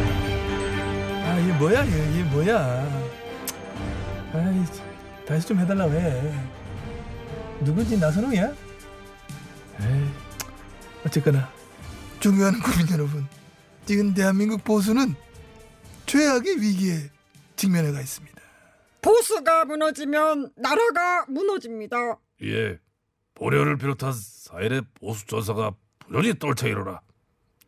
아 이게 뭐야 이게, 이게 뭐야 아이 참, 다시 좀 해달라고 해 누구지 나선홍이야? 에이 어쨌거나 중요한 국민 여러분, 지금 대한민국 보수는 최악의 위기에 직면해가 있습니다. 보수가 무너지면 나라가 무너집니다. 예, 보려를 비롯한 사일의 보수 전사가 부연히 떨쳐 일어나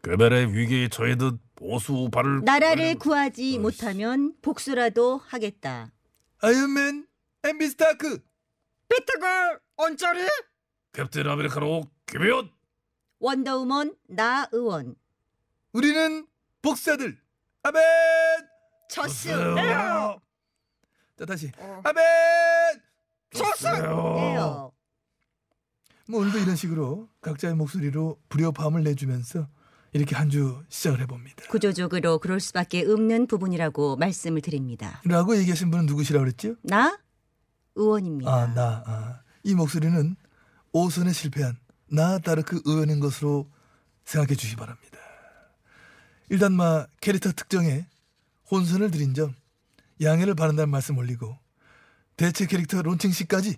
괴멸의 위기에 처해든 보수 우파를 음. 나라를 구하지 못하면 복수라도 하겠다. 아이언맨 엠비 스타크 비트걸 언저리 캡틴 아메리카노 김혜원 원더우먼 나 의원. 우리는 복사들 아벤 저스 에어! 자 다시 어. 아벤 좋았어요. 에요. 뭐 오늘도 이런 식으로 각자의 목소리로 불협화음을 내주면서 이렇게 한 주 시작을 해봅니다 구조적으로 그럴 수밖에 없는 부분이라고 말씀을 드립니다. 라고 얘기하신 분은 누구시라고 그랬죠? 나 의원입니다. 아 나 아. 이 목소리는 오선에 실패한 나 다르크 의원인 것으로 생각해 주시기 바랍니다 일단 마 캐릭터 특정에 혼선을 드린 점 양해를 바란다는 말씀 올리고 대체 캐릭터 론칭 시까지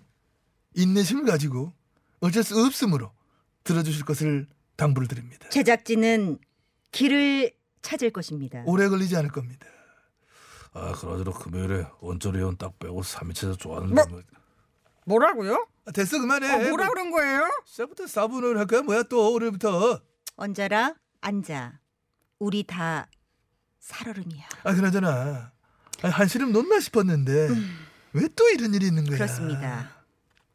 인내심을 가지고 어쩔 수 없으므로 들어주실 것을 당부를 드립니다. 제작진은 길을 찾을 것입니다. 오래 걸리지 않을 겁니다. 아 그러저러 금요일에 원조리 의원 딱 빼고 삼인체에서 좋아하는 뭐? 놈을- 뭐라고요? 아, 됐어 그만해. 어, 뭐라 그런 거예요? 시작부터 사분을 할 거야 뭐야 또 오늘부터. 앉아라 앉아. 우리 다 살얼음이야. 아 그나저나 아, 한시름 놓나 싶었는데 왜 또 이런 일이 있는 네. 거야? 음. 그렇습니다.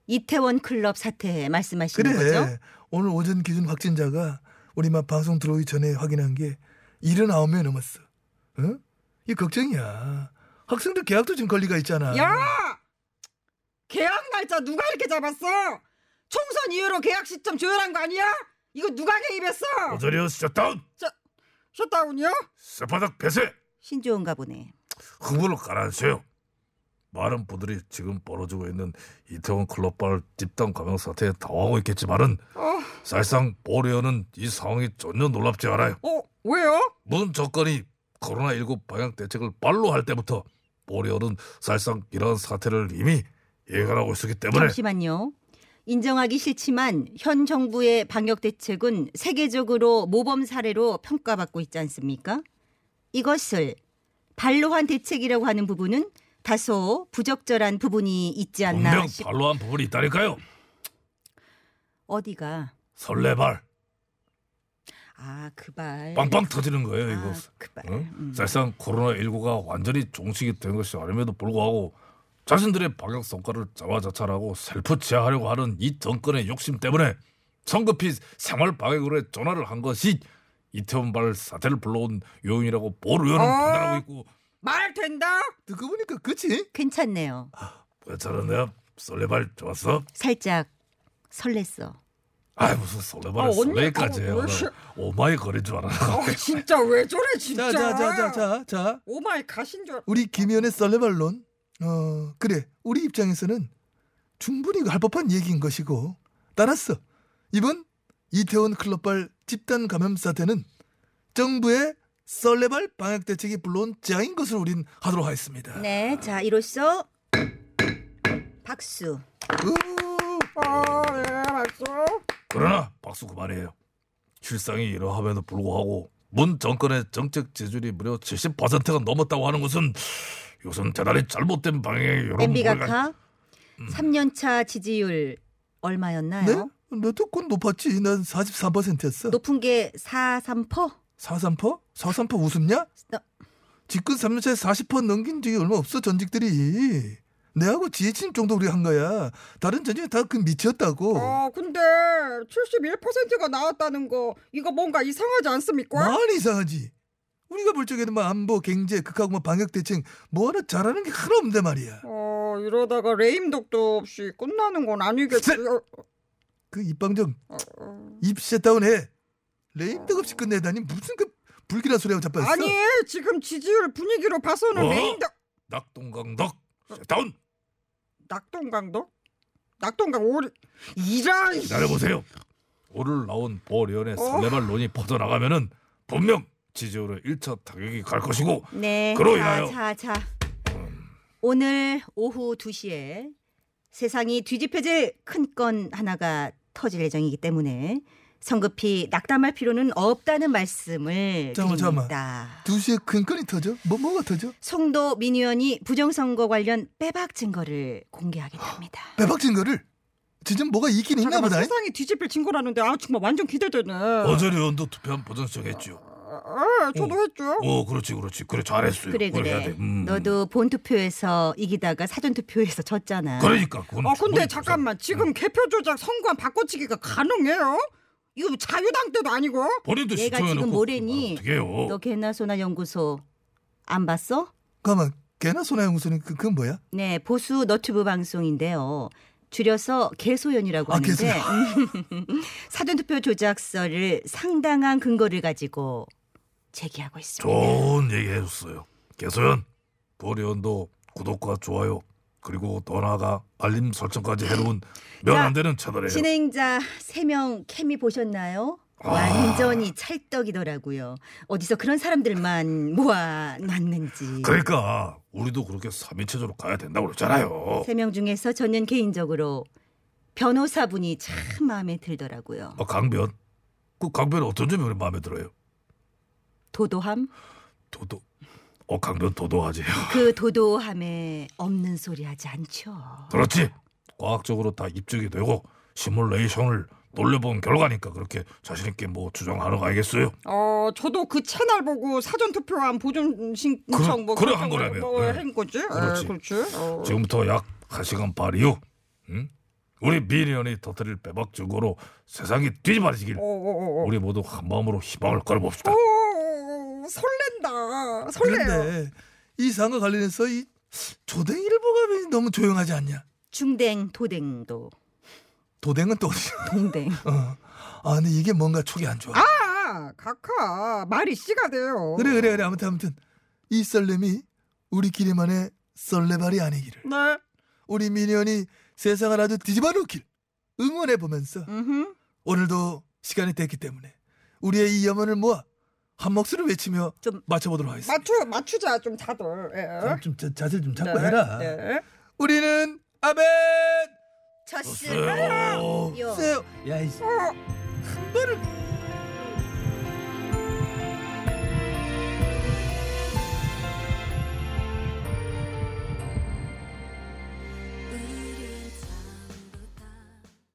이태원 클럽 사태 말씀하시는 그래 거죠? 오늘 오전 기준 확진자가 우리 막 방송 들어오기 전에 확인한 게 79명 넘었어. 응? 이 걱정이야. 학생들 계약도 지금 권리가 있잖아. 야! 계약 날짜 누가 이렇게 잡았어? 총선 이후로 계약 시점 조율한 거 아니야? 이거 누가 개입했어? 원조리 의원 셧다운 셧다운이요? 쇠바닥 폐쇄 신조언가 보네. 흥분을 가라앉혀요. 많은 분들이 지금 벌어지고 있는 이태원 클럽발 집단 감염 사태에 당황하고 있겠지만은 어, 사실상 보리언은 이 상황이 전혀 놀랍지 않아요. 어, 왜요? 문 정권이 코로나19 방역 대책을 발로 할 때부터 보리언은 사실상 이러한 사태를 이미 예견하고 있었기 때문에 잠시만요. 인정하기 싫지만 현 정부의 방역 대책은 세계적으로 모범 사례로 평가받고 있지 않습니까? 이것을 발로한 대책이라고 하는 부분은 다소 부적절한 부분이 있지 않나 분명 싶... 발로한 부분이 있다니까요. 어디가 설레발 아 네. 그발 빵빵 터지는 거예요 이거. 아, 그발 응? 음. 사실상 코로나19가 완전히 종식이 된 것이 아님에도 불구하고 자신들의 방역 성과를 자화자찬하고 셀프치하려고 하는 이 정권의 욕심 때문에 성급히 생활 방역으로의 전환을 한 것이 이태원발 사태를 불러온 요인이라고 보르 의원은 어? 판단하고 있고 말 된다? 듣고 보니까 그치? 괜찮네요. 괜찮았네요. 설레발 좋았어? 살짝 설렜어. 아이 무슨 설레발 아, 을 언니, 설레까지 아, 해요. 왜 이렇게- 오마이 거리인 줄 알아. 어, 진짜 왜 저래 진짜? 자자자자자 자. 오마이 가신 줄. 알- 우리 김현의 썰레발론 어 그래 우리 입장에서는 충분히 할 법한 얘기인 것이고 따라서 이번 이태원 클럽발 집단 감염 사태는 정부의 썰레발 방역 대책이 불러온 재앙인 것을 우린 하도록 하겠습니다. 네, 자 이로써 박수. 으, 어, 네, 알았어. 그러나 박수 그만이에요. 실상이 이러함에도 불구하고 문 정권의 정책 지지율이 무려 70%가 넘었다고 하는 것은 이것은 대단히 잘못된 방향의 여러 MB 가카 음. 3년차 지지율 얼마였나요? 네? 너도꽤 높았지. 난 43%였어. 높은 게 43퍼? 43%? 43% 웃음냐? 너- 직근 3년차에 40% 넘긴 적이 얼마 없어 전직들이. 내하고 지혜진 정도 우리 한 거야. 다른 전쟁이 다 그 밑이었다고. 어. 아 근데 71%가 나왔다는 거 이거 뭔가 이상하지 않습니까? 많이 이상하지. 우리가 볼 적에는 뭐 안보, 경제, 극하고 뭐 방역 대책 뭐 하나 잘하는 게 하나 없는데 말이야. 어 이러다가 레임덕도 없이 끝나는 건 네. 아니겠지? 어, 그 입방정 어, 어. 입셋다운 해. 레임덕 없이 끝내다니 무슨 그 불길한 소리하고 자빠졌어. 아니 지금 지지율 분위기로 봐서는 어? 레임덕 낙동강덕 셋다운 낙동강도? 낙동강 오리 이라 이- 기다려보세요. 오늘 나온 보리언의 어? 설레발론이 퍼져나가면은 분명 지지율의 1차 타격이 갈 것이고 네. 그로 자, 인하여. 자, 자. 오늘 오후 2시에 세상이 뒤집혀질 큰 건 하나가 터질 예정이기 때문에 성급히 낙담할 필요는 없다는 말씀을 잠깐만, 잠깐만. 드립니다. 두 시에 큰 건이 터져? 뭐 뭐가 터져? 송도 민 의원이 부정선거 관련 빼박 증거를 공개하게 됩니다. 배박진 거를 진짜 뭐가 있긴 있나 잠깐만, 보다. 세상이 뒤집힐 증거라는데 아 정말 완전 기대되네. 어제 의원도 투표한 보전 시작했죠. 아, 어. 저도 했죠. 오, 어, 그렇지, 그렇지. 그래 잘했어요. 어? 그래 그걸 해야 그래. 돼. 음. 너도 본 투표에서 이기다가 사전 투표에서 졌잖아. 그러니까 그건. 어, 아 근데 충분히 잠깐만 지금 개표 조작 선관 바꿔치기가 가능해요? 이거 뭐 자유당 때도 아니고? 본인도 얘가 시청해놓고 지금 뭐래니? 어떻게요? 너 개나소나 연구소 안 봤어? 가만 개나 소나 연구소는 그, 그건 뭐야? 네, 보수 너튜브 방송인데요. 줄여서 개소연이라고 아, 하는데 사전투표 조작설을 상당한 근거를 가지고 제기하고 있습니다. 좋은 얘기 해줬어요. 개소연, 보리언도 구독과 좋아요 그리고 더 나아가 알림 설정까지 해놓은 면 자, 안 되는 채널이에요. 진행자 3명 케미 보셨나요? 완전히 찰떡이더라고요. 어디서 그런 사람들만 모아놨는지. 그러니까 우리도 그렇게 3인체조로 가야 된다고 그랬잖아요. 세 명 중에서 저는 개인적으로 변호사분이 참 마음에 들더라고요. 아, 강변, 그 강변 어떤 점이 그렇게 마음에 들어요? 도도함? 도도, 어 강변 도도하지. 그 도도함에 없는 소리 하지 않죠. 그렇지. 과학적으로 다 입증이 되고 시뮬레이션을 놀려본 결과니까 그렇게 자신 있게 뭐 주장하는 거 알겠어요? 어 저도 그 채널 보고 사전 투표한 보존 그래- 신청 뭐 그래 한 결정 거라며. 뭐 네. 한 거지? 그렇지. 예, 그렇지. 어. 지금부터 약 1시간 반 이후 응? 우리 미니언이 터뜨릴 빼박 증거로 세상이 뒤집어지길 어, 어, 어, 어. 우리 모두 한 마음으로 희망을 걸어봅시다. 오, 설렌다. 설레요. 그런데 이 상과 관련해서 이 조댕일보가 너무 조용하지 않냐? 중댕, 도댕도, 도댕은 또 어디야? 동댕. 어. 아 근데 이게 뭔가 촉이 안 좋아. 아, 각하 말이 씨가 돼요. 그래 그래 그래 아무튼 아무튼 이 썰렘이 우리끼리만의 썰레발이 아니기를 네. 우리 미니언이 세상을 아주 뒤집어 놓길 응원해 보면서 음흠. 오늘도 시간이 됐기 때문에 우리의 이 염원을 모아 한 목소리를 외치며 좀- 맞춰보도록 하겠습니다. 맞추 맞추자 좀 다들. 예. 좀 자, 자세를 좀 잡고 네, 해라. 네. 우리는 아멘 쳤어요. 쎄요. 어. 세요. 야이씨 한 번을